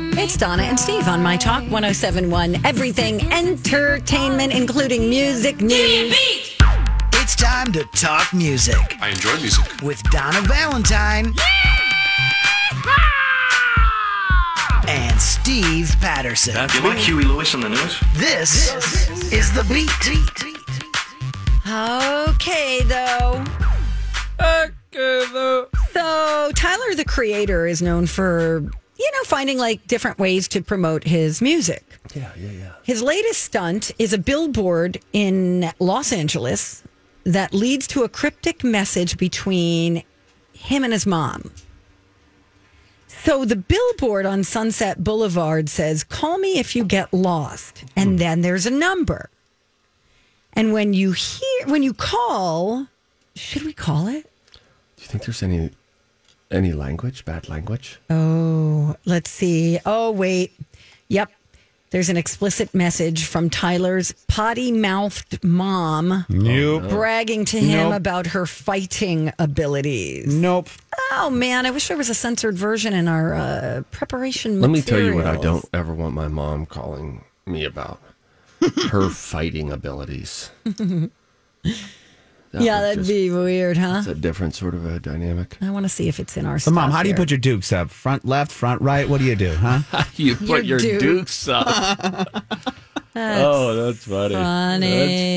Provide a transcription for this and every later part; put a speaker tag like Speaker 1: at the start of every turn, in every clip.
Speaker 1: It's Donna and Steve on My Talk 1071. Everything entertainment, including music news.
Speaker 2: It's time to talk music
Speaker 3: I enjoy music.
Speaker 2: with Donna Valentine and Steve Patterson.
Speaker 4: You like Huey Lewis on the news?
Speaker 2: This, is the beat.
Speaker 1: Okay, though. So, Tyler, the creator, is known for, you know, finding like different ways to promote his music. Yeah, yeah, yeah. His latest stunt is a billboard in Los Angeles that leads to a cryptic message between him and his mom. So the billboard on Sunset Boulevard says, Call me if you get lost. And then there's a number. And when you hear, when you call, should we call it?
Speaker 5: Do you think there's any any language, bad language?
Speaker 1: Oh, let's see. Oh, wait. Yep. There's an explicit message from Tyler's potty mouthed mom
Speaker 6: Nope.
Speaker 1: bragging to him
Speaker 6: Nope.
Speaker 1: about her fighting abilities.
Speaker 6: Nope.
Speaker 1: Oh, man. I wish there was a censored version in our uh, preparation.
Speaker 5: Let me tell you what I
Speaker 1: materials.
Speaker 5: don't ever want my mom calling me about. Her fighting abilities. That
Speaker 1: yeah,
Speaker 5: would
Speaker 1: that'd
Speaker 5: just-
Speaker 1: be weird, huh?
Speaker 5: It's a different sort of a dynamic.
Speaker 1: I want to see if it's in our.
Speaker 6: So, mom, how do you
Speaker 1: here.
Speaker 6: put your dukes up? Front left, front right? What do you do, huh?
Speaker 5: You
Speaker 1: put Your your Duke.
Speaker 5: dukes up. oh, that's funny.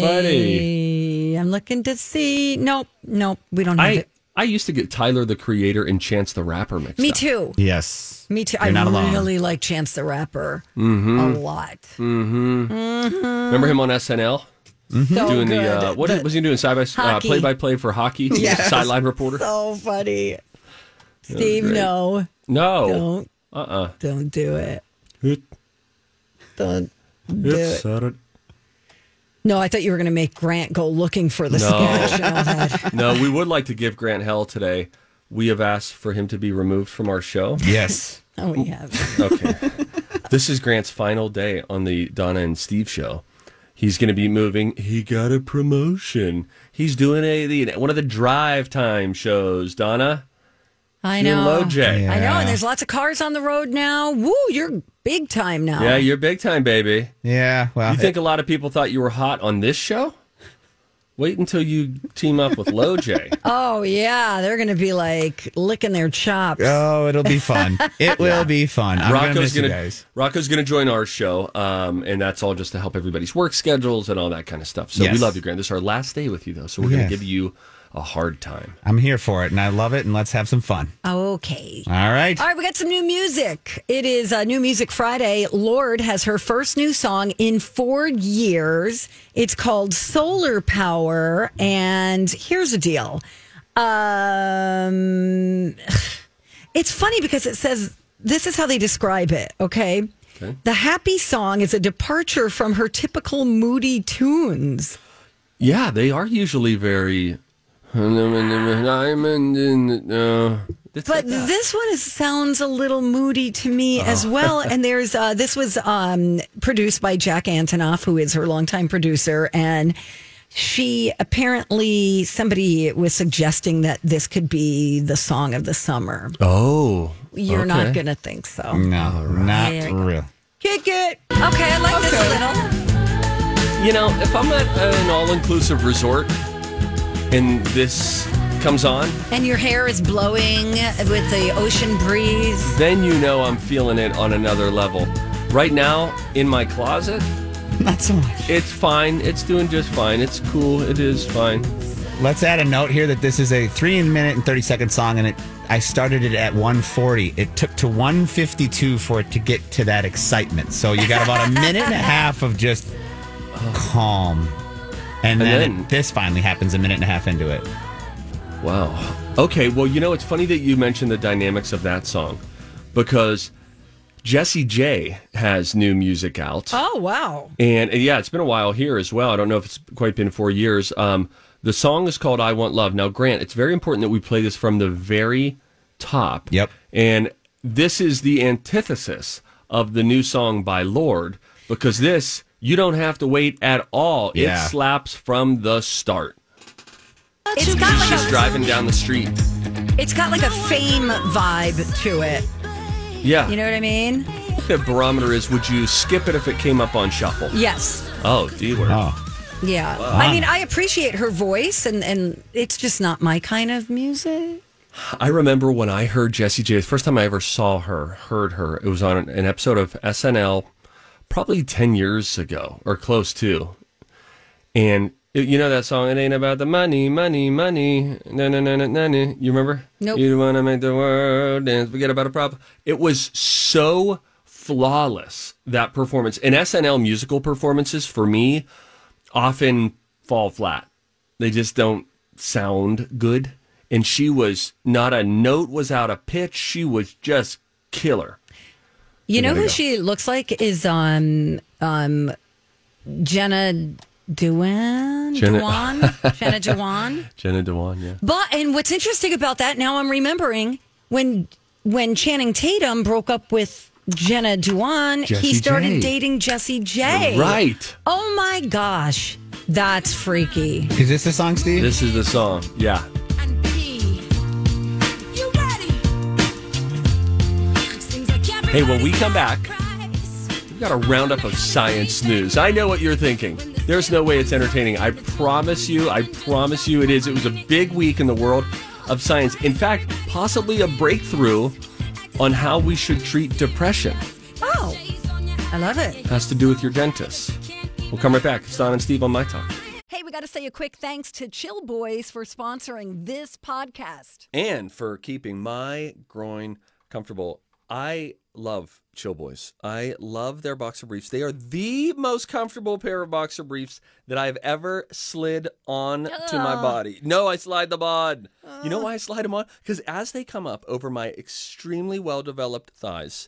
Speaker 1: Funny. I'm looking to see. Nope, nope. We don't have
Speaker 5: I
Speaker 1: it.
Speaker 5: I used to get Tyler the Creator and Chance the Rapper mixed
Speaker 1: Me
Speaker 5: up.
Speaker 1: too.
Speaker 6: yes.
Speaker 1: Me too.
Speaker 6: You're
Speaker 1: I
Speaker 6: not alone.
Speaker 1: really like Chance the Rapper
Speaker 5: Mm-hmm.
Speaker 1: a lot.
Speaker 5: Remember him on SNL
Speaker 1: So good.
Speaker 5: doing the uh, what was he doing side by uh,
Speaker 1: Hockey.
Speaker 5: play by play for hockey? He was a
Speaker 1: Yes.
Speaker 5: sideline reporter.
Speaker 1: so funny. Steve, no,
Speaker 5: no,
Speaker 1: don't,
Speaker 5: Uh-uh.
Speaker 1: uh, don't do it.
Speaker 5: It-
Speaker 1: Don't do it. No, I thought you were going to make Grant go looking for the
Speaker 5: No.
Speaker 1: sketch. and all that.
Speaker 5: no, Uh, we would like to give Grant hell today. We have asked for him to be removed from our show.
Speaker 6: Yes.
Speaker 1: Oh, we have.
Speaker 5: Okay. this is Grant's final day on the Donna and Steve show. He's going to be moving. He got a promotion. He's doing a the, one of the drive time shows. Donna,
Speaker 1: I
Speaker 5: you're
Speaker 1: know.
Speaker 5: low J.
Speaker 6: Yeah.
Speaker 1: I know. And there's lots of cars on the road now. Woo, you're big time now.
Speaker 5: Yeah, you're big time, baby.
Speaker 6: Yeah. Well,
Speaker 5: You think a lot of people thought you were hot on this show? Wait until you team up with Low J.
Speaker 1: Oh yeah, they're going to be like licking their chops.
Speaker 6: oh, it'll be fun. It will be fun. I'm going to
Speaker 5: Rocco's
Speaker 6: miss you
Speaker 5: gonna,
Speaker 6: guys.
Speaker 5: Rocco's gonna join our show, um, and that's all just to help everybody's work schedules and all that kind of stuff. So we
Speaker 6: Yes.
Speaker 5: love you, Grant. This is our last day with you, though, so we're gonna
Speaker 6: Yes.
Speaker 5: give you a hard time.
Speaker 6: I'm here for it, and I love it, and let's have some fun.
Speaker 1: Okay.
Speaker 6: All right.
Speaker 1: All right, we got some new music. It is uh, New Music Friday. Lord has her first new song in four years. It's called Solar Power. And here's the deal um, it's funny because it says this is how they describe it, okay? The happy song is a departure from her typical moody tunes.
Speaker 5: Yeah, they are usually very. I'm in- in- uh, it's
Speaker 1: But
Speaker 5: like that.
Speaker 1: this one is, sounds a little moody to me
Speaker 5: Uh-huh.
Speaker 1: as well. And there's uh, this was um, produced by Jack Antonoff, who is her longtime producer, and she apparently somebody was suggesting that this could be the song of the summer.
Speaker 5: oh,
Speaker 1: You're not
Speaker 5: okay. Mm.
Speaker 1: gonna think so.
Speaker 6: no,
Speaker 1: There
Speaker 6: not
Speaker 1: you go.
Speaker 6: real.
Speaker 1: Kick it. Okay, I like this a little.
Speaker 5: You know, if I'm at an all-inclusive resort and this comes on,
Speaker 1: And your hair is blowing with the ocean breeze.
Speaker 5: then you know I'm feeling it on another level. Right now, in my closet,
Speaker 6: Not so much.
Speaker 5: It's fine. It's doing just fine. It's cool. It is fine.
Speaker 6: Let's add a note here that this is a three minute and 30 second song, and it I started it at 140. It took to 152 for it to get to that excitement. So you got about a minute and a half of just calm.
Speaker 5: And
Speaker 6: And then,
Speaker 5: then-
Speaker 6: it- this finally happens a minute and a half into it.
Speaker 5: Wow. Okay. Well, you know, it's funny that you mentioned the dynamics of that song because Jesse J has new music out.
Speaker 1: Oh, wow.
Speaker 5: And uh, yeah, it's been a while here as well. I don't know if it's quite been four years. Um, the song is called I Want Love. Now, Grant, it's very important that we play this from the very top.
Speaker 6: Yep.
Speaker 5: And this is the antithesis of the new song by Lord because this, you don't have to wait at all.
Speaker 6: Yeah.
Speaker 5: It slaps from the start.
Speaker 1: It's got like
Speaker 5: She's
Speaker 1: a
Speaker 5: driving down the street.
Speaker 1: it's got like a fame vibe to it.
Speaker 5: Yeah.
Speaker 1: You know what I mean?
Speaker 5: the barometer is would you skip it if it came up on shuffle?
Speaker 1: Yes.
Speaker 5: Oh, D word.
Speaker 6: Oh,
Speaker 1: Yeah. I mean, I appreciate her voice and and it's just not my kind of music.
Speaker 5: I remember when I heard Jessie J, the first time I ever saw her, heard her, it was on an, an episode of SNL probably 10 years ago or close to. And it- you know that song, It Ain't About the Money, Money, Money. No, no, no, no, no, no. You remember?
Speaker 1: Nope.
Speaker 5: You want to make the world dance, forget about a problem. It was so flawless, that performance. And SNL musical performances for me often fall flat. They just don't sound good. And she was not a note was out of pitch. She was just killer.
Speaker 1: You know who
Speaker 5: There you go.
Speaker 1: she looks like is um um Jenna Dewan
Speaker 5: Jenna-
Speaker 1: Dewan Jenna Dewan.
Speaker 5: Jenna Dewan, yeah.
Speaker 1: But and what's interesting about that now I'm remembering when when Channing Tatum broke up with Jenna Dewan, he
Speaker 5: Jessie
Speaker 1: started
Speaker 5: J.
Speaker 1: dating Jesse J.
Speaker 5: Right.
Speaker 1: Oh my gosh. That's freaky.
Speaker 6: is this the song, Steve?
Speaker 5: This is the song. Yeah.
Speaker 3: and pee. You ready? Seems like
Speaker 5: Hey, when we come back,
Speaker 3: everybody's
Speaker 5: we've got a roundup of science news. I know what you're thinking. There's no way it's entertaining. I promise you. I promise you it is. It was a big week in the world of science. In fact, possibly a breakthrough on how we should treat depression.
Speaker 1: Oh. I love it.
Speaker 5: Has to do with your dentist. We'll come right back. It's Don and Steve on My Talk.
Speaker 1: Hey, we got to say a quick thanks to Chill Boys for sponsoring this podcast.
Speaker 5: and for keeping my groin comfortable. I love Chill Boys. I love their boxer briefs. They are the most comfortable pair of boxer briefs that I've ever slid on to my body. No, I slide them on. You know why I slide them on? Because as they come up over my extremely well developed thighs,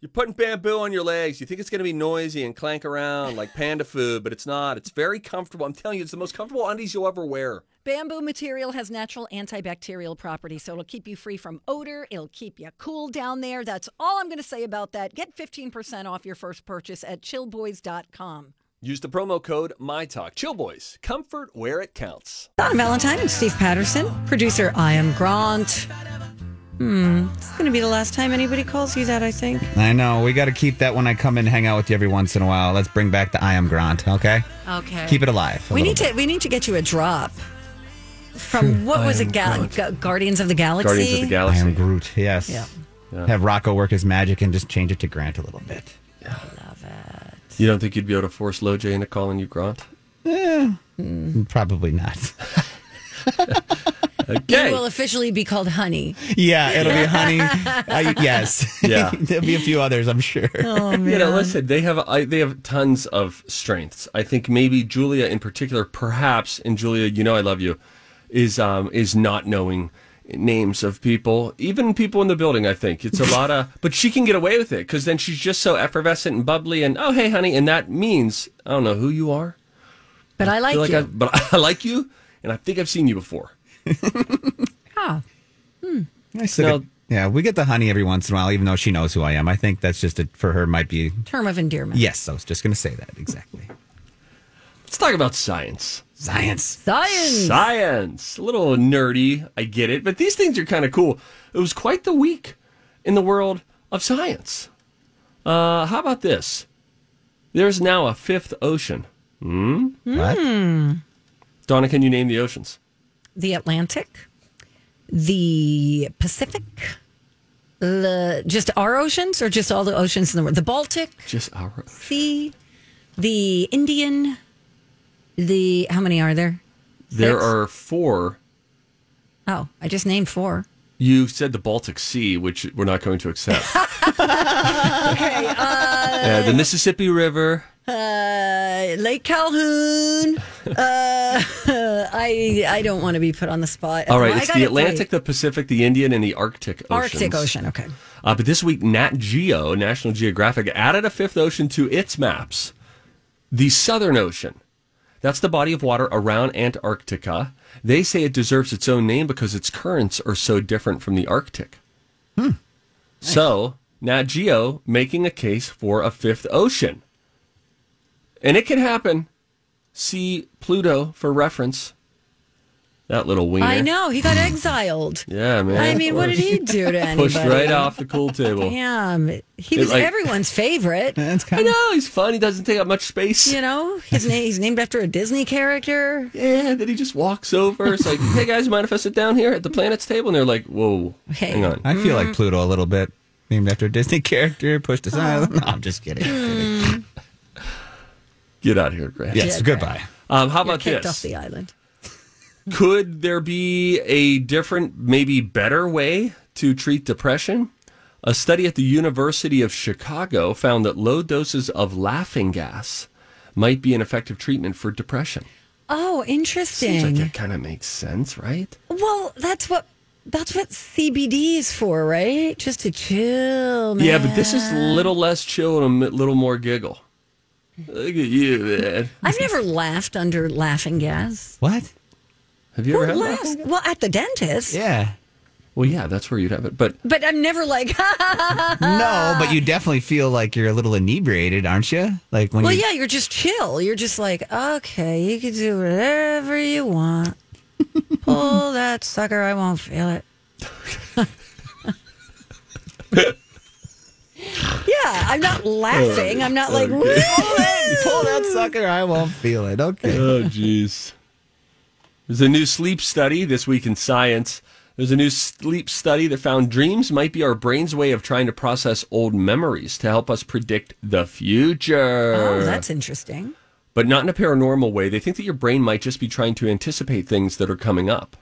Speaker 5: You're putting bamboo on your legs. You think it's going to be noisy and clank around like panda food, but it's not. It's very comfortable. I'm telling you, it's the most comfortable undies you'll ever wear.
Speaker 1: Bamboo material has natural antibacterial properties, so it'll keep you free from odor. It'll keep you cool down there. That's all I'm going to say about that. Get 15% off your first purchase at chillboys.com.
Speaker 5: Use the promo code MyTalk. Chill Boys, comfort where it counts.
Speaker 1: Don Valentine and Steve Patterson, producer I am Grant. Hmm, it's going to be the last time anybody calls you that, I think.
Speaker 6: I know. We got to keep that when I come and hang out with you every once in a while. Let's bring back the I am Grant, okay?
Speaker 1: Okay.
Speaker 6: Keep it alive. a
Speaker 1: we
Speaker 6: little
Speaker 1: need
Speaker 6: bit.
Speaker 1: to we need to get you a drop from what was it, Ga- Ga- Guardians of the Galaxy?
Speaker 6: I am Groot, yes.
Speaker 1: Yeah.
Speaker 6: Have Rocco work his magic and just change it to Grant a little bit.
Speaker 5: You don't think you'd be able to force LoJ into calling you Grant?
Speaker 6: Probably not.
Speaker 1: You
Speaker 5: Okay.
Speaker 1: will officially be called Honey.
Speaker 6: yeah, it'll be honey. I, yes.
Speaker 5: Yeah.
Speaker 6: There'll be a few others, I'm sure.
Speaker 1: Oh.
Speaker 5: You know, listen, they have I, they have tons of strengths. I think maybe Julia in particular, perhaps, and Julia, you know, I love you, is um is not knowing names of people, even people in the building. I think it's a lot of, but she can get away with it because then she's just so effervescent and bubbly, and oh hey honey, and that means I don't know who you are,
Speaker 1: But I
Speaker 5: I
Speaker 1: like
Speaker 5: feel
Speaker 1: you.
Speaker 5: I, but I like you, and I think I've seen you before.
Speaker 1: ah,
Speaker 6: I still
Speaker 5: No.
Speaker 6: get- yeah, we get the honey every once in a while, even though she knows who I am. I think that's just a, for her might be.
Speaker 1: Term of endearment.
Speaker 6: Yes, I was just going to say that exactly.
Speaker 5: Let's talk about science.
Speaker 6: Science.
Speaker 1: Science.
Speaker 5: Science. A little nerdy, I get it, but these things are kind of cool. It was quite the week in the world of science. Uh, how about this? There's now a fifth ocean.
Speaker 6: What?
Speaker 1: Hmm.
Speaker 5: Donna, can you name the oceans?
Speaker 1: the Atlantic, the Pacific, the just our oceans or just all the oceans in the world, the Baltic
Speaker 5: Just our
Speaker 1: Sea, the Indian, the how many are there?
Speaker 5: There
Speaker 1: Six.
Speaker 5: are four.
Speaker 1: Oh, I just named four.
Speaker 5: You said the Baltic Sea, which we're not going to accept. Uh, the Mississippi River.
Speaker 1: Uh, Lake Calhoun. Uh, I I don't want to be put on the spot.
Speaker 5: All right,
Speaker 1: I
Speaker 5: it's
Speaker 1: got
Speaker 5: the
Speaker 1: it right.
Speaker 5: Atlantic, the Pacific, the Indian, and the Arctic Ocean.
Speaker 1: Arctic Ocean. Okay.
Speaker 5: Uh, but this week, Nat Geo, National Geographic, added a fifth ocean to its maps the Southern Ocean. That's the body of water around Antarctica. They say it deserves its own name because its currents are so different from the Arctic. So, Nat Geo making a case for a fifth ocean. And it can happen. See Pluto for reference. That little wiener.
Speaker 1: I know he got exiled.
Speaker 5: Yeah, man.
Speaker 1: I mean, what did he do to anybody?
Speaker 5: Pushed right off the cool table.
Speaker 1: Yeah, um, he
Speaker 5: It
Speaker 1: was
Speaker 5: like-
Speaker 1: everyone's favorite.
Speaker 6: That's
Speaker 5: I
Speaker 6: kind of
Speaker 5: know he's fun. He doesn't take up much space.
Speaker 1: You know, his name he's named after a Disney character.
Speaker 5: Yeah, then he just walks over. It's like, hey guys, mind if I sit down here at the planet's table? And they're like, whoa,
Speaker 1: Hey.
Speaker 5: hang on.
Speaker 6: I feel
Speaker 1: Mm.
Speaker 6: like Pluto a little bit, named after a Disney character, pushed aside.
Speaker 1: Uh-huh.
Speaker 6: No, I'm just kidding.
Speaker 1: Mm.
Speaker 5: Get out of here, Grant.
Speaker 6: Yes, goodbye.
Speaker 5: Um, how
Speaker 1: You're
Speaker 5: about
Speaker 1: kicked off
Speaker 5: this?
Speaker 1: the island.
Speaker 5: Could there be a different, maybe better way to treat depression? A study at the University of Chicago found that low doses of laughing gas might be an effective treatment for depression.
Speaker 1: Oh, interesting.
Speaker 5: Seems like that kind of makes sense, right?
Speaker 1: Well, that's what that's what CBD is for, right? Just to chill. Man.
Speaker 5: Yeah, but this is a little less chill and a mi- little more giggle. Look at you, man.
Speaker 1: I've never laughed under laughing gas.
Speaker 6: What?
Speaker 5: Have you ever
Speaker 1: Well,
Speaker 5: had
Speaker 1: laugh-
Speaker 5: that?
Speaker 1: well, at the dentist.
Speaker 6: Yeah.
Speaker 5: Well, yeah, that's where you'd have it. But
Speaker 1: But I'm never like, Uh,
Speaker 6: No, but you definitely feel like you're a little inebriated, aren't you? Like when
Speaker 1: well,
Speaker 6: you
Speaker 1: yeah, you're just chill. You're just like, okay, you can do whatever you want. Pull that sucker, I won't feel it. yeah, I'm not laughing. I'm not like, "Woo!"
Speaker 6: pull Oh, that sucker, I won't feel it. Okay.
Speaker 5: oh, jeez. There's a new sleep study this week in Science. There's a new sleep study that found dreams might be our brain's way of trying to process old memories to help us predict the future.
Speaker 1: Oh, that's interesting.
Speaker 5: but not in a paranormal way. They think that your brain might just be trying to anticipate things that are coming up.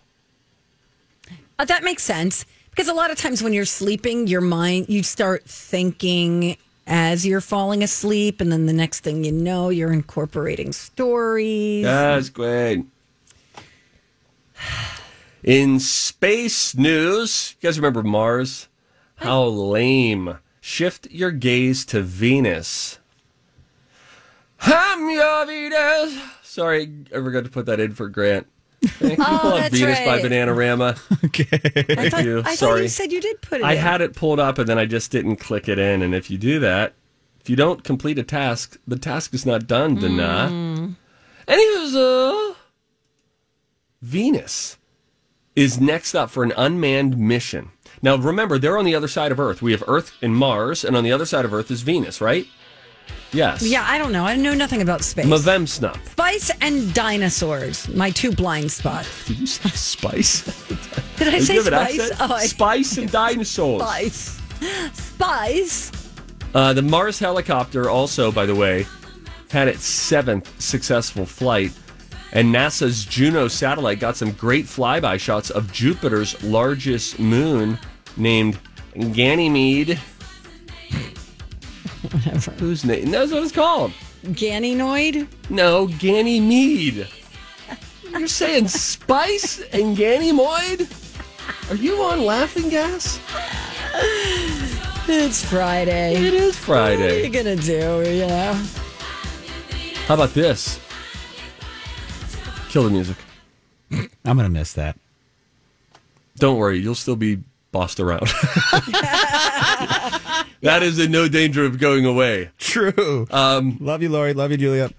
Speaker 1: Uh, that makes sense because a lot of times when you're sleeping, your mind you start thinking as you're falling asleep, and then the next thing you know, you're incorporating stories.
Speaker 5: Yes, Gwen. In space news, you guys remember Mars? How lame. Shift your gaze to Venus. I'm your Venus. Sorry, I forgot to put that in for Grant. Thank you. Pull up
Speaker 1: Oh, that's
Speaker 5: Venus by
Speaker 1: right.
Speaker 5: Bananarama.
Speaker 1: I thought,
Speaker 5: you.
Speaker 1: I thought
Speaker 5: Sorry.
Speaker 1: you said you did put it.
Speaker 5: I
Speaker 1: in.
Speaker 5: had it pulled up and then I just didn't click it in. And if you do that, if you don't complete a task, the task is not done, Dana.
Speaker 1: Hmm.
Speaker 5: Anyways, uh, Venus is next up for an unmanned mission. Now, remember, they're on the other side of Earth. We have Earth and Mars, and on the other side of Earth is Venus, right? Yes.
Speaker 1: Yeah, I don't know. I know nothing about space.
Speaker 5: Mavemsnup.
Speaker 1: Spice and dinosaurs, my two blind spots.
Speaker 5: Did you say spice?
Speaker 1: Did I
Speaker 5: Did
Speaker 1: say
Speaker 5: you have an
Speaker 1: spice?
Speaker 5: accent?
Speaker 1: Oh, I,
Speaker 5: Spice and dinosaurs.
Speaker 1: spice. Spice.
Speaker 5: Uh, the Mars helicopter, also, by the way, had its seventh successful flight. And NASA's Juno satellite got some great flyby shots of Jupiter's largest moon named Ganymede.
Speaker 1: Whatever.
Speaker 5: Whose name? That's what it's called.
Speaker 1: Ganinoid.
Speaker 5: No, Ganymede. You're saying spice and Ganymede? Are you on laughing gas?
Speaker 1: It's Friday.
Speaker 5: It is
Speaker 1: What are you
Speaker 5: Friday.
Speaker 1: gonna do? You know.
Speaker 5: How about this? Kill the music.
Speaker 6: I'm gonna miss that.
Speaker 5: Don't worry, you'll still be bossed around. that is in no danger of going away.
Speaker 6: True. Um Love you, Lori. Love you, Julia.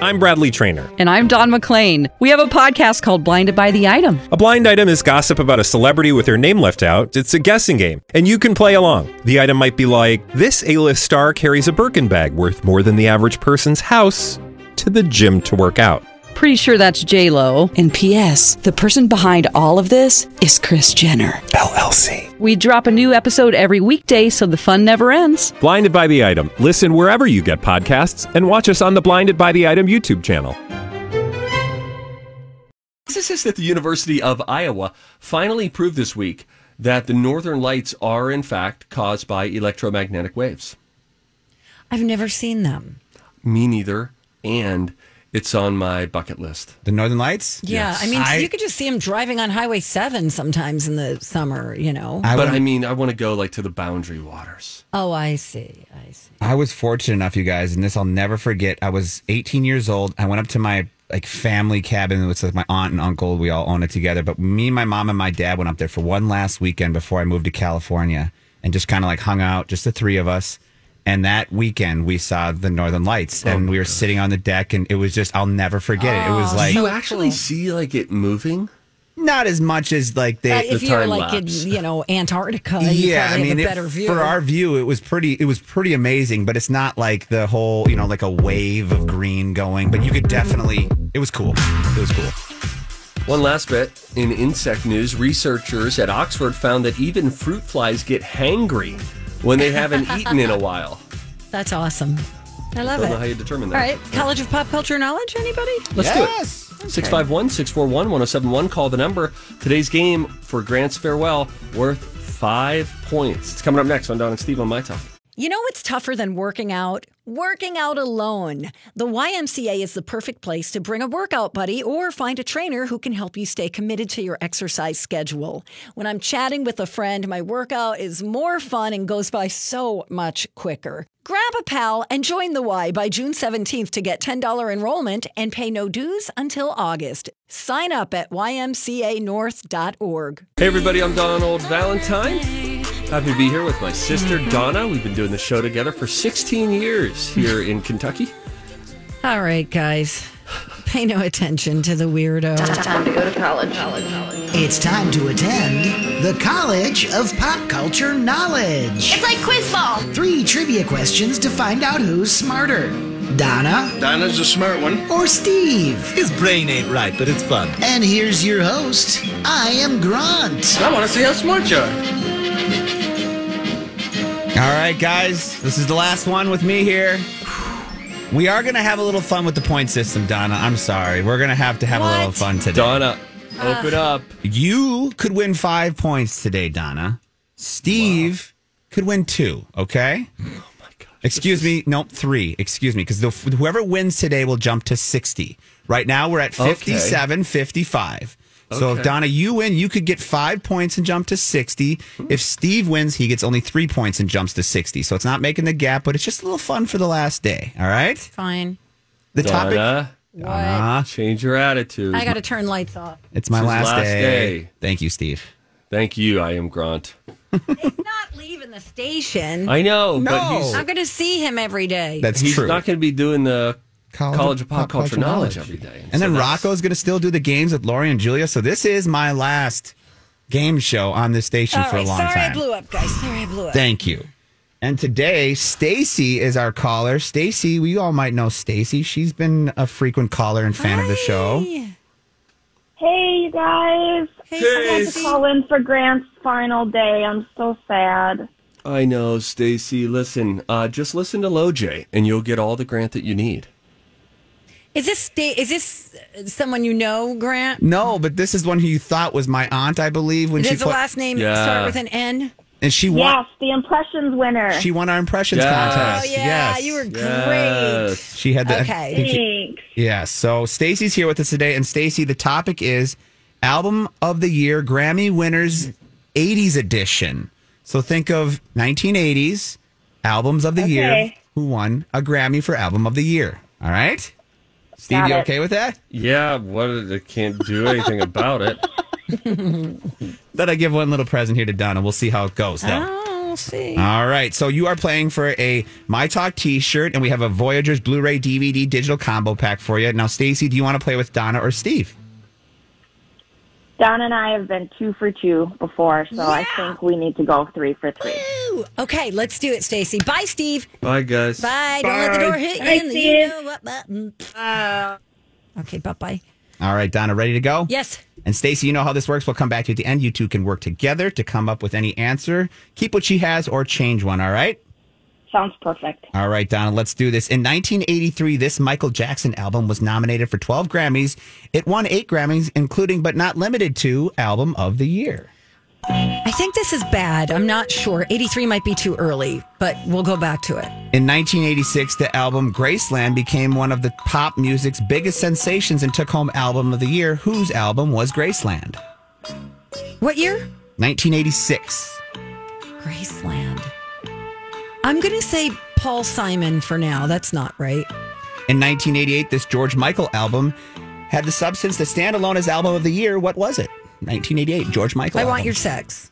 Speaker 7: I'm Bradley Trainer.
Speaker 8: And I'm Don McClain. We have a podcast called Blinded by the Item.
Speaker 7: A blind item is gossip about a celebrity with their name left out. It's a guessing game, and you can play along. The item might be like this: A-list star carries a Birkin bag worth more than the average person's house to the gym to work out.
Speaker 8: Pretty sure that's J Lo. And P.S. The person behind all of this is Chris Jenner.
Speaker 7: LLC.
Speaker 8: We drop a new episode every weekday, so the fun never ends.
Speaker 7: Blinded by the Item. Listen wherever you get podcasts and watch us on the Blinded by the Item YouTube channel.
Speaker 5: Physicists at the University of Iowa finally proved this week that the northern lights are, in fact, caused by electromagnetic waves.
Speaker 1: I've never seen them.
Speaker 5: Me neither. And it's on my bucket list.
Speaker 6: The Northern Lights?
Speaker 1: Yeah,
Speaker 5: Yes.
Speaker 1: I mean,
Speaker 6: I-
Speaker 1: you could just see them driving on Highway 7 sometimes in the summer, you know.
Speaker 6: I
Speaker 5: but
Speaker 6: would-
Speaker 5: I mean, I want to go like to the boundary waters.
Speaker 1: oh, I see. I see.
Speaker 6: I was fortunate enough, you guys, and this I'll never forget. I was 18 years old. I went up to my like family cabin with like my aunt and uncle. We all own it together. But me, my mom, and my dad went up there for one last weekend before I moved to California, and just kind of like hung out, just the three of us. And that weekend, we saw the Northern Lights, and we were sitting on the deck, and it was just I'll never forget it. It was like
Speaker 5: you actually see like it moving?
Speaker 6: not as much as like they
Speaker 1: Uh, if
Speaker 5: the
Speaker 1: you're
Speaker 5: time
Speaker 1: like
Speaker 5: lapse.
Speaker 1: in, you know, Antarctica, you yeah, probably I mean, have a
Speaker 6: it-
Speaker 1: better view.
Speaker 6: for our view, it was pretty. It was pretty amazing, but it's not like the whole, you know, like a wave of green going. But you could definitely. It was cool. It was cool.
Speaker 5: One last bit in insect news, researchers at Oxford found that even fruit flies get hangry when they haven't eaten in a while.
Speaker 1: That's awesome. I love
Speaker 5: Don't
Speaker 1: it.
Speaker 5: know how you determine
Speaker 1: All
Speaker 5: that.
Speaker 1: right, College of Pop Culture Knowledge, anybody?
Speaker 5: Let's do it. 651 641 1071. Call the number. Today's game for Grant's Farewell worth five points. It's coming up next on Don and Steve on My Talk.
Speaker 1: You know what's tougher than working out? Working out alone. The YMCA is the perfect place to bring a workout buddy or find a trainer who can help you stay committed to your exercise schedule. When I'm chatting with a friend, my workout is more fun and goes by so much quicker. Grab a pal and join the Y by June 17th to get $10 enrollment and pay no dues until August. Sign up at ymcanorth.org.
Speaker 5: Hey, everybody, I'm Donald Valentine. Happy to be here with my sister Donna. We've been doing the show together for 16 years here in Kentucky.
Speaker 1: All right, guys. Pay no attention to the weirdo.
Speaker 2: It's time to attend the College of Pop Culture Knowledge.
Speaker 3: It's like quiz ball.
Speaker 2: Three trivia questions to find out who's smarter Donna
Speaker 4: Donna's a smart one.
Speaker 2: or Steve.
Speaker 6: His brain ain't right, but it's fun.
Speaker 2: And here's your host. I am Grant.
Speaker 4: I want to see how smart you are.
Speaker 6: All right, guys, this is the last one with me here. We are gonna have a little fun with the point system, Donna. I'm sorry. We're gonna have to have a little
Speaker 1: What?
Speaker 6: fun today.
Speaker 5: Donna, open up.
Speaker 6: You could win five points today, Donna. Steve could win two. Okay. Oh my god. Excuse me. Nope, three. Excuse me, because whoever wins today will jump to sixty. Right now we're at
Speaker 5: Okay.
Speaker 6: 57, 55. So if Donna, you win, you could get five points and jump to sixty. If Steve wins, he gets only three points and jumps to sixty. So it's not making the gap, but it's just a little fun for the last day. All right.
Speaker 1: Fine.
Speaker 6: The topic.
Speaker 5: Donna,
Speaker 6: Ah,
Speaker 5: change your attitude.
Speaker 1: I got to turn lights off.
Speaker 6: it's my
Speaker 5: This is
Speaker 6: last,
Speaker 5: last
Speaker 6: day.
Speaker 5: day.
Speaker 6: Thank you, Steve.
Speaker 5: Thank you. I am Grant.
Speaker 1: Not leaving the station. I,
Speaker 5: I know, but he's,
Speaker 1: am going to see him every day.
Speaker 6: That's
Speaker 5: he's
Speaker 6: true.
Speaker 5: not going to be doing the College, of Pop, Culture, knowledge, every day.
Speaker 6: And
Speaker 5: so
Speaker 6: then
Speaker 5: that's-
Speaker 6: Rocco's going to still do the games with Lori and Julia. So this is my last game show on this station
Speaker 1: All
Speaker 6: for
Speaker 1: right,
Speaker 6: a long
Speaker 1: sorry
Speaker 6: time.
Speaker 1: I blew up, guys. Sorry I blew up.
Speaker 6: Thank you. And today, Stacy is our caller. Stacy, we all might know Stacy. She's been a frequent caller and fan of the show.
Speaker 9: Hey, you guys.
Speaker 1: Hey,
Speaker 9: Just call in for Grant's final day. I'm so sad.
Speaker 5: I know, Stacy. Listen, uh, just listen to LoJ, and you'll get all the grant that you need.
Speaker 1: is this sta- is this uh, someone you know, Grant?
Speaker 6: No, but this is one who you thought was my aunt, I believe, when Mm, she
Speaker 1: Does the
Speaker 6: pla-
Speaker 1: last name
Speaker 5: Yeah.
Speaker 1: start with an N?
Speaker 6: and she won.
Speaker 9: Yes, the impressions winner.
Speaker 6: She won our impressions
Speaker 5: Yes.
Speaker 6: contest.
Speaker 1: Oh yeah,
Speaker 6: Yes.
Speaker 1: you were great.
Speaker 5: Yes.
Speaker 6: She had the. I
Speaker 1: Okay.
Speaker 6: think she-
Speaker 9: Thanks.
Speaker 6: Yeah, so Stacy's here with us today, and Stacy, the topic is album of the year, Grammy winners, '80s edition. So think of 1980s albums of the year.
Speaker 9: Okay.
Speaker 6: Who won a Grammy for album of the year? All right, Steve,
Speaker 9: Got
Speaker 6: you
Speaker 9: it.
Speaker 6: okay with that?
Speaker 5: Yeah, what? I can't do anything about it.
Speaker 6: Let I give one little present here to Donna. We'll see how it goes, though.
Speaker 9: Ah.
Speaker 1: Oh, we'll see.
Speaker 6: All right. So you are playing for a My Talk T-shirt, and we have a Voyagers Blu-ray DVD digital combo pack for you. Now, Stacy, do you want to play with Donna or Steve?
Speaker 9: Don and I have been two for two before, so I think we need to go three for three.
Speaker 1: Ooh, okay, let's do it, Stacy. Bye, Steve.
Speaker 5: Bye, guys.
Speaker 1: Bye. Don't let the door hit you.
Speaker 9: Bye,
Speaker 1: in the-
Speaker 9: Steve.
Speaker 1: you know what button. Okay, bye bye.
Speaker 6: All right, Donna, ready to go?
Speaker 1: Yes.
Speaker 6: And Stacy, you know how this works. We'll come back to you at the end. You two can work together to come up with any answer. Keep what she has or change one, all right?
Speaker 9: Sounds perfect.
Speaker 6: All right, Donna, let's do this. In 1983, this Michael Jackson album was nominated for 12 Grammys. It won eight Grammys, including but not limited to Album of the Year.
Speaker 1: I think this is bad. I'm not sure. 83 might be too early, but we'll go back to it.
Speaker 6: In 1986, the album Graceland became one of the pop music's biggest sensations and took home Album of the Year. Whose album was Graceland?
Speaker 1: What year?
Speaker 6: 1986.
Speaker 1: Graceland. I'm going to say Paul Simon for now. That's not right.
Speaker 6: In 1988, this George Michael album had the substance to stand alone as album of the year. What was it? 1988, George Michael.
Speaker 1: I
Speaker 6: album.
Speaker 1: want your sex.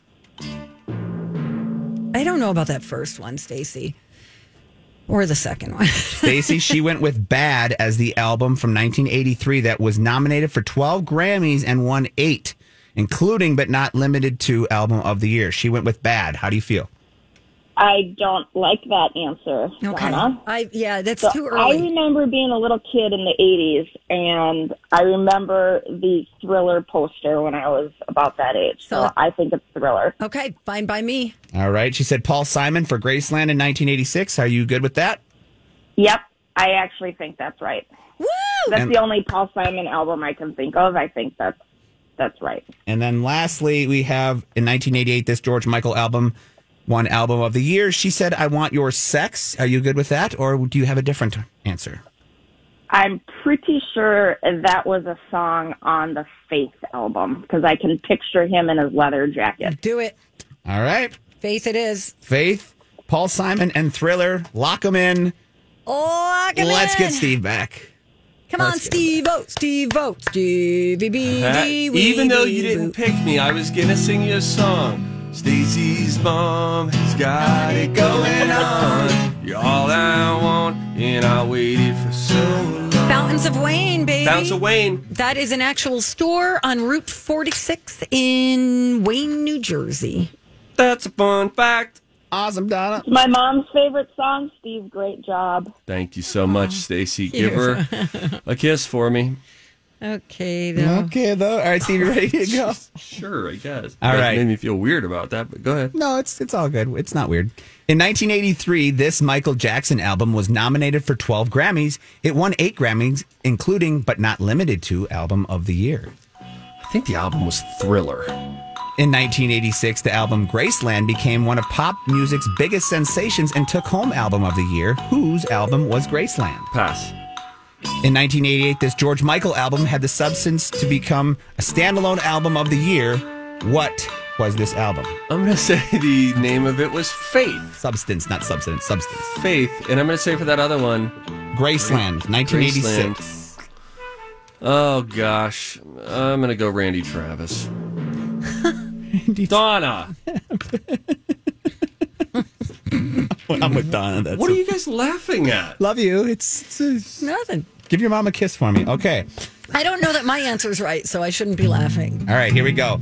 Speaker 1: I don't know about that first one, Stacy, or the second one.
Speaker 6: Stacy. She went with "Bad" as the album from 1983 that was nominated for 12 Grammys and won eight, including but not limited to album of the year. She went with "Bad." How do you feel?
Speaker 9: I don't like that answer, Donna.
Speaker 1: I yeah, that's
Speaker 9: Uh-huh. So
Speaker 1: too
Speaker 9: I
Speaker 1: early.
Speaker 9: remember being a little kid in the 80s, and I remember the Thriller poster when I was about that age. So,
Speaker 1: So-
Speaker 9: I think it's Thriller.
Speaker 1: okay, fine by me.
Speaker 6: All right. She said Paul Simon for Graceland in 1986. Are you good with that?
Speaker 9: Yep, I actually think that's right.
Speaker 1: Woo!
Speaker 9: That's
Speaker 6: And-
Speaker 9: the only Paul Simon album I can think of. I think that's that's right.
Speaker 6: And then lastly, we have in 1988 this George Michael album won album of the year. She said, "I want your sex." Are you good with that, or do you have a different answer?
Speaker 9: I'm pretty sure that was a song on the Faith album because I can picture him in his leather jacket.
Speaker 1: Do it.
Speaker 6: All right,
Speaker 1: Faith it is.
Speaker 6: Faith, Paul Simon, and Thriller. Lock them in.
Speaker 1: Oh, come
Speaker 6: Let's
Speaker 1: in.
Speaker 6: get Steve back.
Speaker 1: Come on, Steve O, Steve O, Stevie B.
Speaker 5: Pat,
Speaker 1: D, wee,
Speaker 5: Uh, even though
Speaker 1: dee,
Speaker 5: you didn't
Speaker 1: boo.
Speaker 5: pick me, I was gonna sing you a song. Stacy's mom has got it going on. You're all I want, and I waited for so long.
Speaker 1: Fountains of Wayne, baby.
Speaker 5: Bounce of Wayne.
Speaker 1: That is an actual store on Route 46 in Wayne, New Jersey.
Speaker 5: That's a fun fact.
Speaker 6: Awesome, Donna.
Speaker 1: Hmm.
Speaker 9: My mom's favorite song, Steve. Great job.
Speaker 5: Thank you so much, Stacy. Give her a kiss for me.
Speaker 1: Okay,
Speaker 6: Okay, though. All right, Steve, you ready to go?
Speaker 5: Sure, I guess.
Speaker 6: All
Speaker 5: that
Speaker 6: right.
Speaker 5: Made me feel weird about that, but go ahead.
Speaker 6: No, it's it's all good. It's not weird. In 1983, this Michael Jackson album was nominated for 12 Grammys. It won eight Grammys, including but not limited to Album of the Year.
Speaker 5: I think the album was Thriller.
Speaker 6: In 1986, the album Graceland became one of pop music's biggest sensations and took home Album of the Year. Whose album was Graceland?
Speaker 5: Pass.
Speaker 6: In 1988, this George Michael album had the substance to become a standalone album of the year. What was this album?
Speaker 5: I'm gonna say the name of it was Faith.
Speaker 6: Substance, not substance, substance.
Speaker 5: Faith, and I'm gonna say for that other one,
Speaker 6: Graceland, 1986.
Speaker 5: oh gosh, I'm gonna go Randy Travis. Donna,
Speaker 6: I'm with Donna. That's
Speaker 5: what are you guys laughing at?
Speaker 6: Love you. It's, it's-
Speaker 1: Nothing.
Speaker 6: give your mom a kiss for me. Okay.
Speaker 1: I don't know that my answer's right, so I shouldn't be laughing.
Speaker 6: All right, here we go.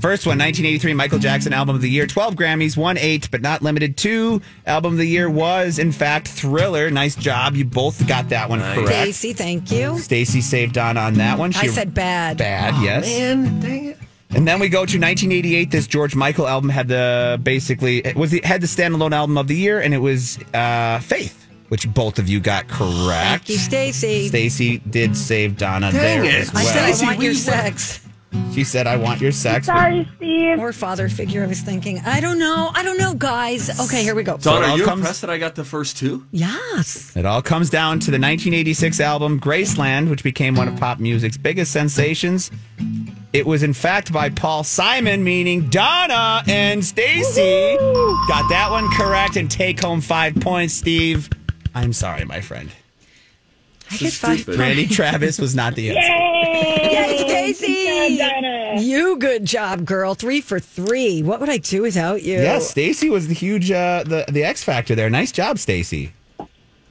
Speaker 6: First one, 1983 Michael Jackson album of the year, 12 Grammys, won eight, but not limited to. Album of the year was, in fact, Thriller. Nice job. You both got that one
Speaker 5: Nice.
Speaker 6: correct.
Speaker 1: Stacy, thank you.
Speaker 6: Stacy saved Donna on that one.
Speaker 1: I said bad. Oh,
Speaker 6: bad. yes.
Speaker 5: Man, dang it!
Speaker 6: And then we go to 1988. This George Michael album had the basically it was the, had the standalone album of the year, and it was uh, Faith, which both of you got correct.
Speaker 1: Thank you, Stacy.
Speaker 6: Stacy did save Donna
Speaker 5: Dang
Speaker 6: there
Speaker 5: it.
Speaker 6: as
Speaker 1: I
Speaker 6: well.
Speaker 1: said
Speaker 5: Stacy,
Speaker 1: I want
Speaker 5: we
Speaker 1: your
Speaker 5: were-
Speaker 1: sex.
Speaker 6: she said, "I want your sex."
Speaker 9: Sorry, Steve.
Speaker 1: Or father figure, I was thinking. I don't know. I don't know, guys. Okay, here we go.
Speaker 5: Donna,
Speaker 6: it
Speaker 5: are
Speaker 6: all
Speaker 5: you
Speaker 6: comes-
Speaker 5: impressed that I got the first two?
Speaker 1: Yes.
Speaker 6: It all comes down to the 1986 album Graceland, which became one of pop music's biggest sensations. It was in fact by Paul Simon, meaning Donna and Stacy. Got that one correct and take home five points, Steve. I'm sorry, my friend.
Speaker 1: I get five.
Speaker 5: Stupid.
Speaker 6: Randy Travis was not the answer.
Speaker 9: Yay!
Speaker 1: Stacy.
Speaker 9: Good job, Donna.
Speaker 1: You good job, girl. Three for three. What would I do without you?
Speaker 6: Yes, Stacy was the huge uh, the the X factor there. Nice job, Stacy.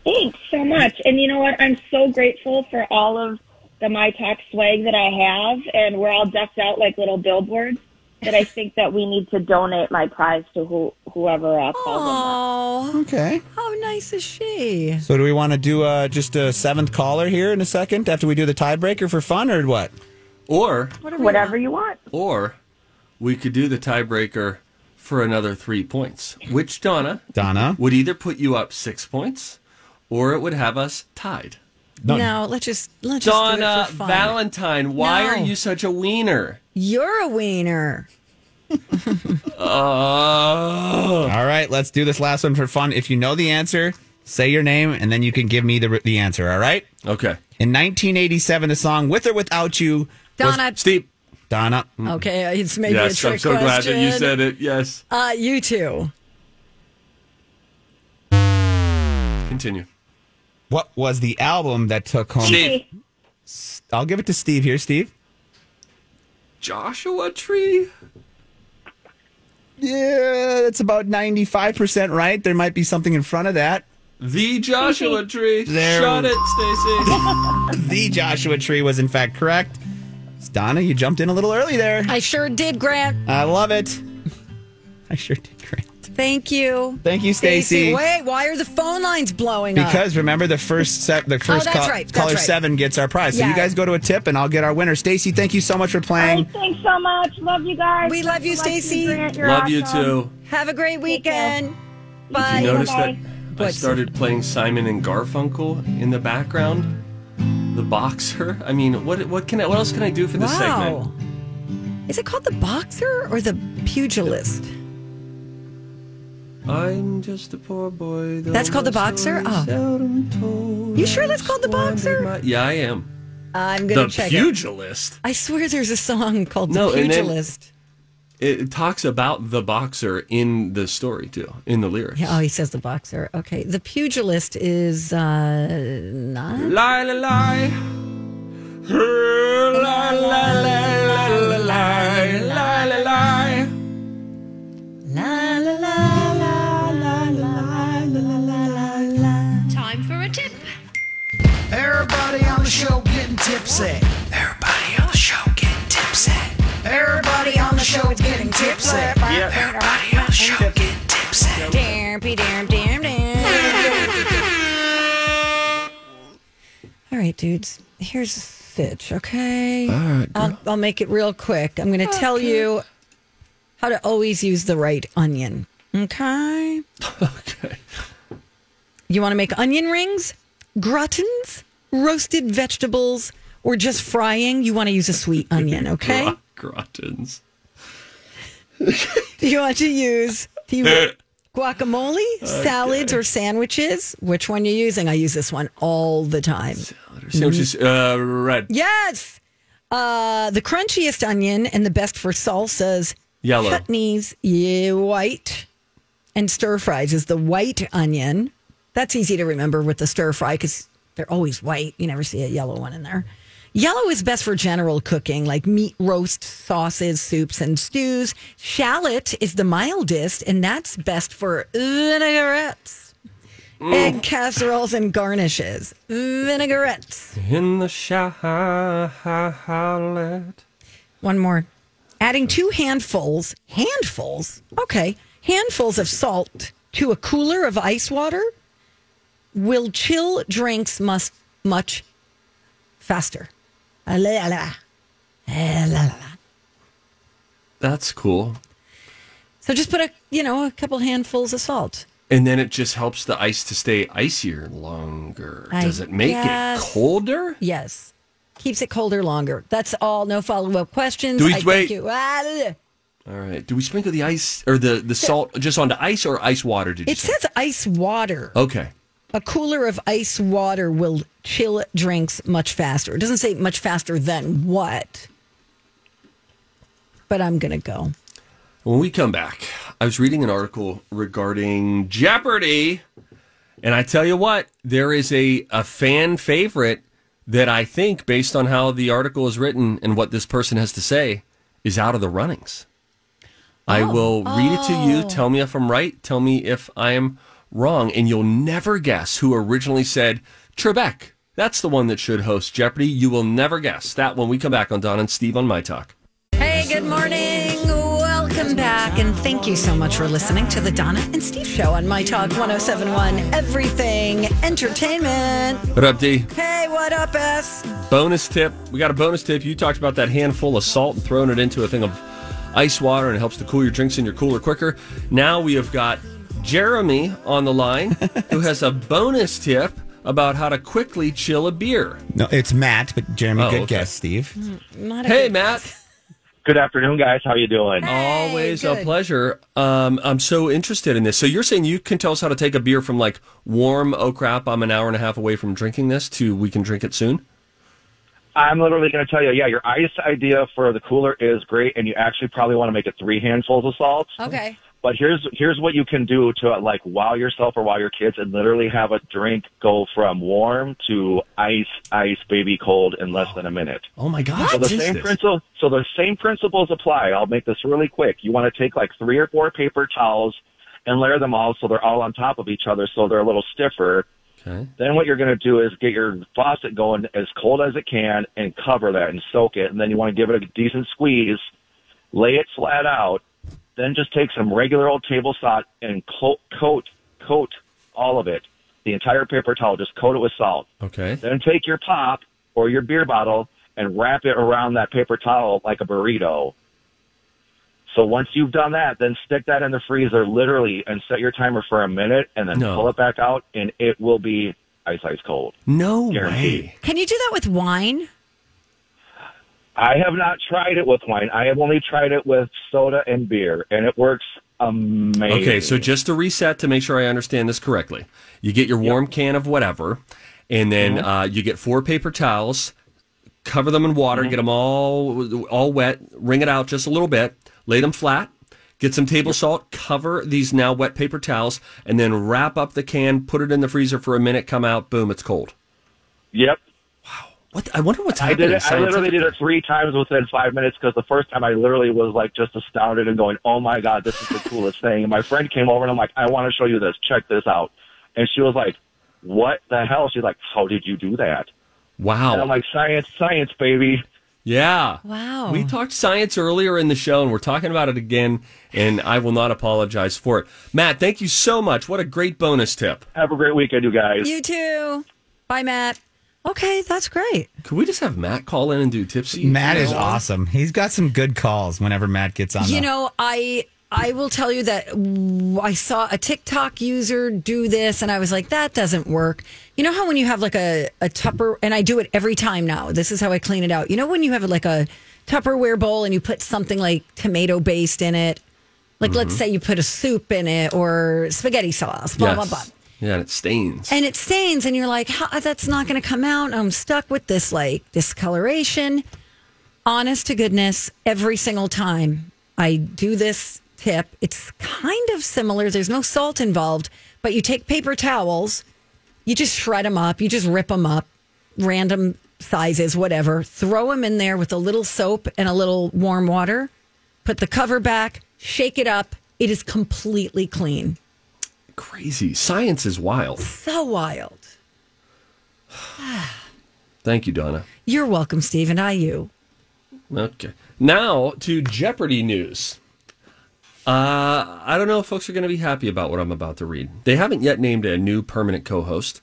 Speaker 9: Thanks so much. And you know what? I'm so grateful for all of the My Talk swag that I have, and we're all decked out like little billboards. that I think that we need to donate my prize to who, whoever uh,
Speaker 1: calls
Speaker 9: them.
Speaker 6: Okay.
Speaker 1: How nice is she?
Speaker 6: So do we want to do uh, just a seventh caller here in a second after we do the tiebreaker for fun or what?
Speaker 5: Or
Speaker 9: Whatever, you want.
Speaker 5: or we could do the tiebreaker for another three points, which Donna
Speaker 6: Donna
Speaker 5: would either put you up six points or it would have us tied.
Speaker 1: No, let's just let's
Speaker 5: Donna
Speaker 1: just do it for fun.
Speaker 5: Valentine, why
Speaker 1: No.
Speaker 5: are you such a wiener?
Speaker 1: You're a wiener.
Speaker 5: Oh.
Speaker 6: All right, let's do this last one for fun. If you know the answer, say your name and then you can give me the the answer. All right.
Speaker 5: Okay.
Speaker 6: In 1987, the song "With or Without You" was-
Speaker 1: Donna.
Speaker 5: Steve.
Speaker 6: Donna.
Speaker 1: Okay, uh, it's maybe a
Speaker 5: yes,
Speaker 1: trick
Speaker 5: I'm so glad that you
Speaker 1: question.
Speaker 5: said it. Yes.
Speaker 1: Uh, you too.
Speaker 5: Continue.
Speaker 6: What was the album that took home?
Speaker 5: Steve.
Speaker 6: I'll give it to Steve here, Steve.
Speaker 5: Joshua Tree?
Speaker 6: Yeah, that's about 95% right. There might be something in front of that.
Speaker 5: The Joshua Tree.
Speaker 6: There-
Speaker 5: Shut it, Stacy.
Speaker 6: The Joshua tree was, in fact, correct. Donna, you jumped in a little early there.
Speaker 1: I sure did, Grant.
Speaker 6: I love it. I sure did great.
Speaker 1: Thank you.
Speaker 6: Thank you,
Speaker 1: Stacey,
Speaker 6: Stacy.
Speaker 1: Wait, why are the phone lines blowing up?
Speaker 6: Because remember, the first set, the first
Speaker 1: Oh, that's
Speaker 6: call-
Speaker 1: right, that's
Speaker 6: caller
Speaker 1: right.
Speaker 6: seven gets our prize. So
Speaker 1: Yeah.
Speaker 6: you guys go to a tip, and I'll get our winner. Stacy, thank you so much for
Speaker 9: All
Speaker 6: playing.
Speaker 9: right, thanks so much. Love you guys.
Speaker 1: We love you, Stacey.
Speaker 9: Grant. You're
Speaker 5: Love you
Speaker 9: awesome.
Speaker 5: too.
Speaker 1: Have a great weekend.
Speaker 5: Did
Speaker 1: Bye.
Speaker 5: you notice
Speaker 9: Bye-bye.
Speaker 5: that I
Speaker 1: What's-
Speaker 5: started playing Simon and Garfunkel in the background? The boxer. I mean, what what can I, what else can I do for this
Speaker 1: wow.
Speaker 5: segment?
Speaker 1: Is it called the boxer or the pugilist?
Speaker 5: I'm just a poor boy. though
Speaker 1: That's called
Speaker 5: my
Speaker 1: The Boxer?
Speaker 5: story's
Speaker 1: Oh.
Speaker 5: seldom told.
Speaker 1: You sure that's called The
Speaker 5: Squandered
Speaker 1: Boxer?
Speaker 5: my- yeah, I am.
Speaker 1: I'm
Speaker 5: The
Speaker 1: gonna check it.
Speaker 5: pugilist.
Speaker 1: I swear there's a song called
Speaker 5: No,
Speaker 1: the
Speaker 5: and then-
Speaker 1: pugilist.
Speaker 5: It, talks about the boxer in the story too, in the lyrics.
Speaker 1: Yeah, oh, he says the boxer. Okay, the pugilist is uh, not.
Speaker 5: Lie, lie, lie. Lie, lie, lie, lie, lie, lie, lie, lie, lie.
Speaker 1: La, la, la, la, la, la, la, la, la, la.
Speaker 3: Time for a tip.
Speaker 2: Everybody on the show getting tipsy. Everybody on the show getting tipsy. Everybody on the show getting tipsy. Everybody on the show getting tipsy.
Speaker 1: Damn, be damn, damn, damn. All right, dudes. Here's Fitch, okay? All right. I'll, I'll make it real quick. I'm going to tell you how to always use the right onion, okay?
Speaker 5: Okay.
Speaker 1: You want to make onion rings, gratins, roasted vegetables, or just frying? You want to use a sweet onion, okay?
Speaker 5: Gra- Grotins.
Speaker 1: you want to use do you want guacamole, salads, or sandwiches? Which one you're using? I use this one all the time. Mm-hmm.
Speaker 5: Sandwiches. Uh, red.
Speaker 1: Yes. Uh, the crunchiest onion and the best for salsas,
Speaker 5: Yellow.
Speaker 1: chutneys, yeah, white, and stir fries is the white onion. That's easy to remember with the stir fry because they're always white. You never see a yellow one in there. Yellow is best for general cooking like meat roast, sauces, soups, and stews. Shallot is the mildest, and that's best for vinaigrettes, egg casseroles, and garnishes. Vinaigrettes.
Speaker 5: In the shallot.
Speaker 1: One more. Adding two handfuls, handfuls, okay, handfuls of salt to a cooler of ice water will chill drinks must much faster. Ah, la, la. Ah, la, la, la.
Speaker 5: That's cool.
Speaker 1: So just put a you know a couple handfuls of salt.
Speaker 5: And then it just helps the ice to stay icier longer.
Speaker 1: I
Speaker 5: Does it make
Speaker 1: guess.
Speaker 5: it colder?
Speaker 1: Yes, keeps it colder longer. That's all. No follow up questions.
Speaker 5: Do we-
Speaker 1: I think
Speaker 5: wait.
Speaker 1: you- ah, la, la.
Speaker 5: All right. Do we sprinkle the ice or the, the salt just onto ice or ice water? Did you
Speaker 1: It
Speaker 5: say?
Speaker 1: says ice water.
Speaker 5: Okay.
Speaker 1: A cooler of ice water will chill drinks much faster. It doesn't say much faster than what, but I'm going to go.
Speaker 5: When we come back, I was reading an article regarding Jeopardy. And I tell you what, there is a, a fan favorite that I think, based on how the article is written and what this person has to say, is out of the runnings. I will read it to you. Tell me if I'm right. Tell me if I'm wrong. And you'll never guess who originally said Trebek. That's the one that should host Jeopardy. You will never guess that when we come back on Don and Steve on My Talk.
Speaker 1: Hey, good morning. Welcome back, and thank you so much for listening to the Donna and Steve Show on My Talk 1071 Everything Entertainment.
Speaker 5: What up, D?
Speaker 1: Hey, what up, S?
Speaker 5: Bonus tip. We got a bonus tip. You talked about that handful of salt and throwing it into a thing of ice water and it helps to cool your drinks in your cooler quicker. Now we have got Jeremy on the line who has a bonus tip about how to quickly chill a beer.
Speaker 6: No, it's Matt, but Jeremy,
Speaker 5: Oh,
Speaker 6: good
Speaker 5: okay.
Speaker 6: guess, Steve.
Speaker 1: Hmm.
Speaker 5: Hey, Matt.
Speaker 10: Good afternoon, guys. How you doing?
Speaker 5: Always a pleasure. Um, I'm so interested in this. So you're saying you can tell us how to take a beer from like warm, oh crap, I'm an hour and a half away from drinking this to we can drink it soon?
Speaker 10: I'm literally going to tell you, yeah, your ice idea for the cooler is great, and you actually probably want to make it three handfuls of salt.
Speaker 11: Okay.
Speaker 10: But here's here's what you can do to uh, like wow yourself or wow your kids, and literally have a drink go from warm to ice, ice, baby cold in less than a minute.
Speaker 5: Oh my gosh.
Speaker 10: So the
Speaker 5: what is
Speaker 10: same
Speaker 5: this?
Speaker 10: principle. So the same principles apply. I'll make this really quick. You want to take like three or four paper towels and layer them all so they're all on top of each other, so they're a little stiffer.
Speaker 5: Okay.
Speaker 10: Then what you're going to do is get your faucet going as cold as it can and cover that and soak it. And then you want to give it a decent squeeze, lay it flat out. Then just take some regular old table salt and coat, coat, coat all of it. The entire paper towel, just coat it with salt.
Speaker 5: Okay.
Speaker 10: Then take your pop or your beer bottle and wrap it around that paper towel like a burrito. So once you've done that, then stick that in the freezer literally and set your timer for a minute and then
Speaker 5: No.
Speaker 10: pull it back out and it will be ice ice cold.
Speaker 5: No
Speaker 10: Guaranteed.
Speaker 5: way.
Speaker 1: Can you do that with wine?
Speaker 10: I have not tried it with wine. I have only tried it with soda and beer and it works amazing.
Speaker 5: Okay, so just to reset to make sure I understand this correctly, you get your warm can of whatever, and then
Speaker 10: Mm-hmm.
Speaker 5: uh, you get four paper towels, cover them in
Speaker 10: Mm-hmm.
Speaker 5: water, get them all all wet, wring it out just a little bit, lay them flat, get some table salt, cover these now wet paper towels, and then wrap up the can, put it in the freezer for a minute, come out, boom, it's cold.
Speaker 10: Yep.
Speaker 5: What I wonder what's
Speaker 10: I
Speaker 5: happening.
Speaker 10: did it. I literally did it three times within five minutes because the first time I literally was like just astounded and going, "Oh my god, this is the coolest thing!" And my friend came over and I'm like, "I want to show you this. Check this out." And she was like, "What the hell?" She's like, "How did you do that?"
Speaker 5: Wow.
Speaker 10: And I'm like, "Science, science, baby."
Speaker 5: Yeah.
Speaker 1: Wow.
Speaker 5: We talked science earlier in the show, and we're talking about it again, and I will not apologize for it. Matt, thank you so much. What a great bonus tip.
Speaker 10: Have a great weekend, you guys.
Speaker 1: You too. Bye, Matt. Okay, that's great.
Speaker 5: Could we just have Matt call in and do tipsy?
Speaker 6: Matt is
Speaker 5: No.
Speaker 6: awesome. He's got some good calls whenever Matt gets on.
Speaker 1: You
Speaker 6: the-
Speaker 1: know, I I will tell you that w- I saw a TikTok user do this, and I was like, that doesn't work. You know how when you have like a a Tupper, and I do it every time now. This is how I clean it out. You know when you have like a Tupperware bowl and you put something like tomato based in it, like let's
Speaker 5: Mhm.
Speaker 1: say you put a soup in it or spaghetti sauce, blah blah blah.
Speaker 5: Yes. Yeah, and it stains.
Speaker 1: And it stains, and you're like, How, that's not going to come out. I'm stuck with this like discoloration. Honest to goodness, every single time I do this tip, it's kind of similar. There's no salt involved, but you take paper towels, you just shred them up, you just rip them up, random sizes, whatever, throw them in there with a little soap and a little warm water, put the cover back, shake it up. It is completely clean.
Speaker 5: Crazy. Science is wild.
Speaker 1: So wild.
Speaker 5: Thank you, Donna.
Speaker 1: You're welcome, Steve, and I you.
Speaker 5: Okay. Now to Jeopardy news. Uh, I don't know if folks are going to be happy about what I'm about to read. They haven't yet named a new permanent co host.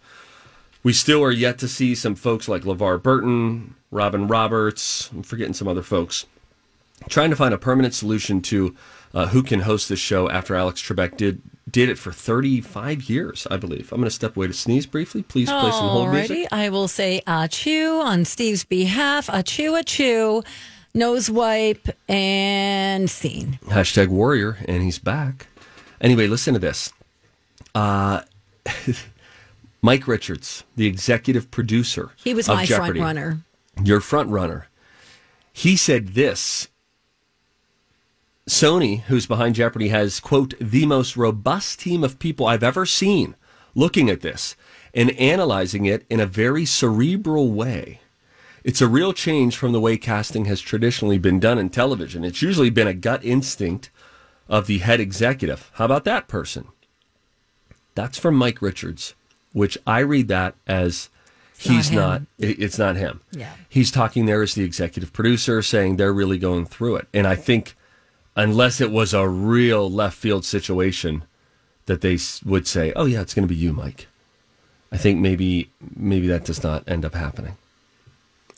Speaker 5: We still are yet to see some folks like LeVar Burton, Robin Roberts, I'm forgetting some other folks, trying to find a permanent solution to uh, who can host this show after Alex Trebek did did it for 35 years, I believe. I'm going to step away to sneeze briefly. Please play some hold music.
Speaker 1: Alrighty, I will say achoo on Steve's behalf. Achoo, achoo, nose wipe, and scene.
Speaker 5: Hashtag warrior, and he's back. Anyway, listen to this. Uh, Mike Richards, the executive producer.
Speaker 1: He was
Speaker 5: of
Speaker 1: my front
Speaker 5: Jeopardy,
Speaker 1: runner.
Speaker 5: Your front runner. He said this Sony, who's behind Jeopardy, has, quote, the most robust team of people I've ever seen looking at this and analyzing it in a very cerebral way. It's a real change from the way casting has traditionally been done in television. It's usually been a gut instinct of the head executive. How about that person? That's from Mike Richards, which I read that as he's not,
Speaker 12: him.
Speaker 5: it- it's not him
Speaker 12: Yeah.
Speaker 5: he's talking there as the executive producer, saying they're really going through it. And I think unless it was a real left field situation that they s- would say, "Oh yeah, it's going to be you, Mike." I think maybe maybe that does not end up happening.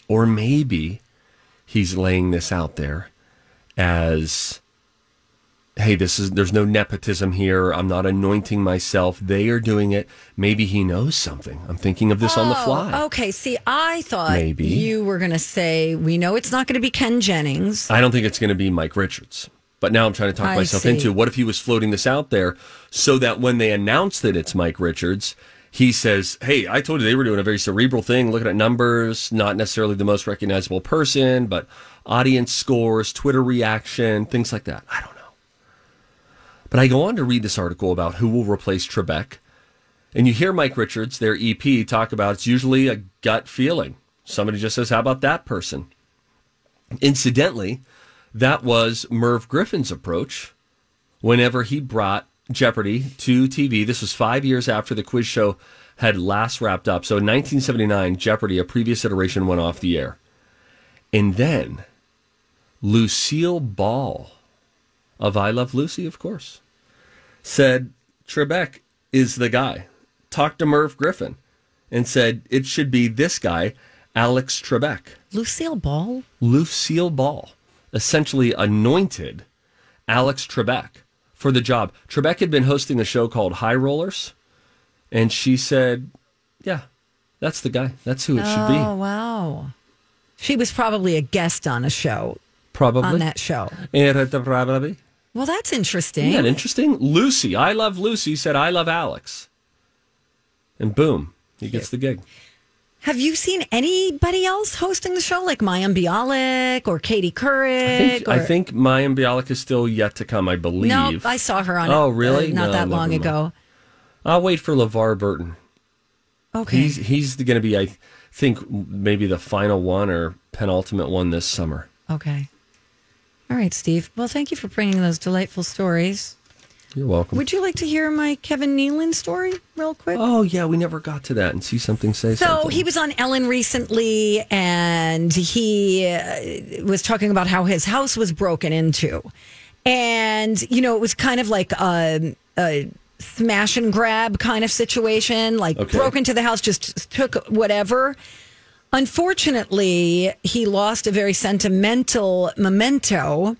Speaker 5: Or maybe he's laying this out there as hey, this is there's no nepotism here. I'm not anointing myself. They are doing it. Maybe he knows something. I'm thinking of this on the
Speaker 1: Oh,
Speaker 5: fly.
Speaker 1: Okay. See, I thought
Speaker 5: Maybe.
Speaker 1: you were going to say, we know it's not going to be Ken Jennings.
Speaker 5: I don't think it's going to be Mike Richards. But now I'm trying to talk
Speaker 1: I
Speaker 5: myself
Speaker 1: see.
Speaker 5: into what if he was floating this out there so that when they announce that it's Mike Richards, he says, Hey, I told you they were doing a very cerebral thing, looking at numbers, not necessarily the most recognizable person, but audience scores, Twitter reaction, things like that. I don't know. But I go on to read this article about who will replace Trebek. And you hear Mike Richards, their EP, talk about it's usually a gut feeling. Somebody just says, How about that person? Incidentally, that was Merv Griffin's approach whenever he brought Jeopardy to TV. This was five years after the quiz show had last wrapped up. So in 1979, Jeopardy, a previous iteration, went off the air. And then Lucille Ball of I Love Lucy, of course, said Trebek is the guy. Talked to Merv Griffin and said it should be this guy, Alex Trebek.
Speaker 1: Lucille Ball?
Speaker 5: Lucille Ball essentially anointed Alex Trebek for the job. Trebek had been hosting a show called High Rollers, and she said, Yeah, that's the guy. That's who it should be.
Speaker 1: Oh, wow. She was probably a guest on a show.
Speaker 5: Probably. Eh,
Speaker 1: On that show.
Speaker 5: Yeah, probably.
Speaker 1: Well, that's interesting.
Speaker 5: Isn't that interesting? Lucy, I love Lucy, said I love Alex. And boom, he gets the gig.
Speaker 1: Have you seen anybody else hosting the show, like Mayim Bialik or Katie Couric?
Speaker 5: I think, I
Speaker 1: or-
Speaker 5: think Maya Bialik is still yet to come, I believe.
Speaker 1: No, I saw her on.
Speaker 5: Oh,
Speaker 1: it, uh,
Speaker 5: really?
Speaker 1: not
Speaker 5: No,
Speaker 1: that
Speaker 5: never
Speaker 1: long
Speaker 5: mind.
Speaker 1: ago.
Speaker 5: I'll wait for LeVar Burton.
Speaker 1: Okay.
Speaker 5: He's he's going to be, I think, maybe the final one or penultimate one this summer.
Speaker 1: Okay. All right, Steve. Well, thank you for bringing those delightful stories.
Speaker 5: You're welcome.
Speaker 1: Would you like to hear my Kevin Nealon story real quick?
Speaker 5: oh yeah, we never got to that and see something say
Speaker 1: So
Speaker 5: something.
Speaker 1: he was on Ellen recently, and he uh, was talking about how his house was broken into, and you know it was kind of like a, a smash and grab kind of situation, like
Speaker 11: Okay.
Speaker 1: broke into the house, just took whatever. Unfortunately, he lost a very sentimental memento,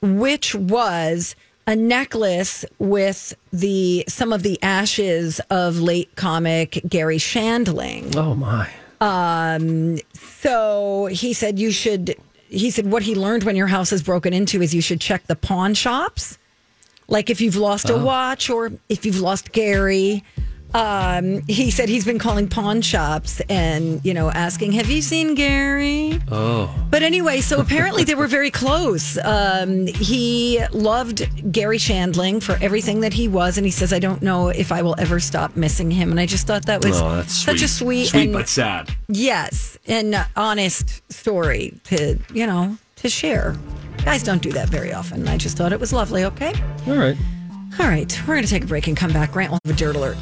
Speaker 1: which was a necklace with the some of the ashes of late comic Gary Shandling.
Speaker 5: Oh my.
Speaker 1: Um, so he said you should. He said what he learned when your house is broken into is you should check the pawn shops, like if you've lost a
Speaker 11: Oh.
Speaker 1: watch or if you've lost Gary. Um, he said he's been calling pawn shops and you know asking, "Have you seen Gary?"
Speaker 5: oh,
Speaker 1: But anyway, so apparently they were very close. Um, he loved Gary Shandling for everything that he was, and he says, "I don't know if I will ever stop missing him." And I just thought that was
Speaker 5: Oh, that's
Speaker 1: such a sweet,
Speaker 5: sweet. Sweet
Speaker 1: and
Speaker 5: but sad.
Speaker 1: yes, and honest story to you know to share. Guys don't do that very often. I just thought it was lovely. Okay,
Speaker 5: all right,
Speaker 1: all right. We're gonna take a break and come back. Grant will have a dirt alert.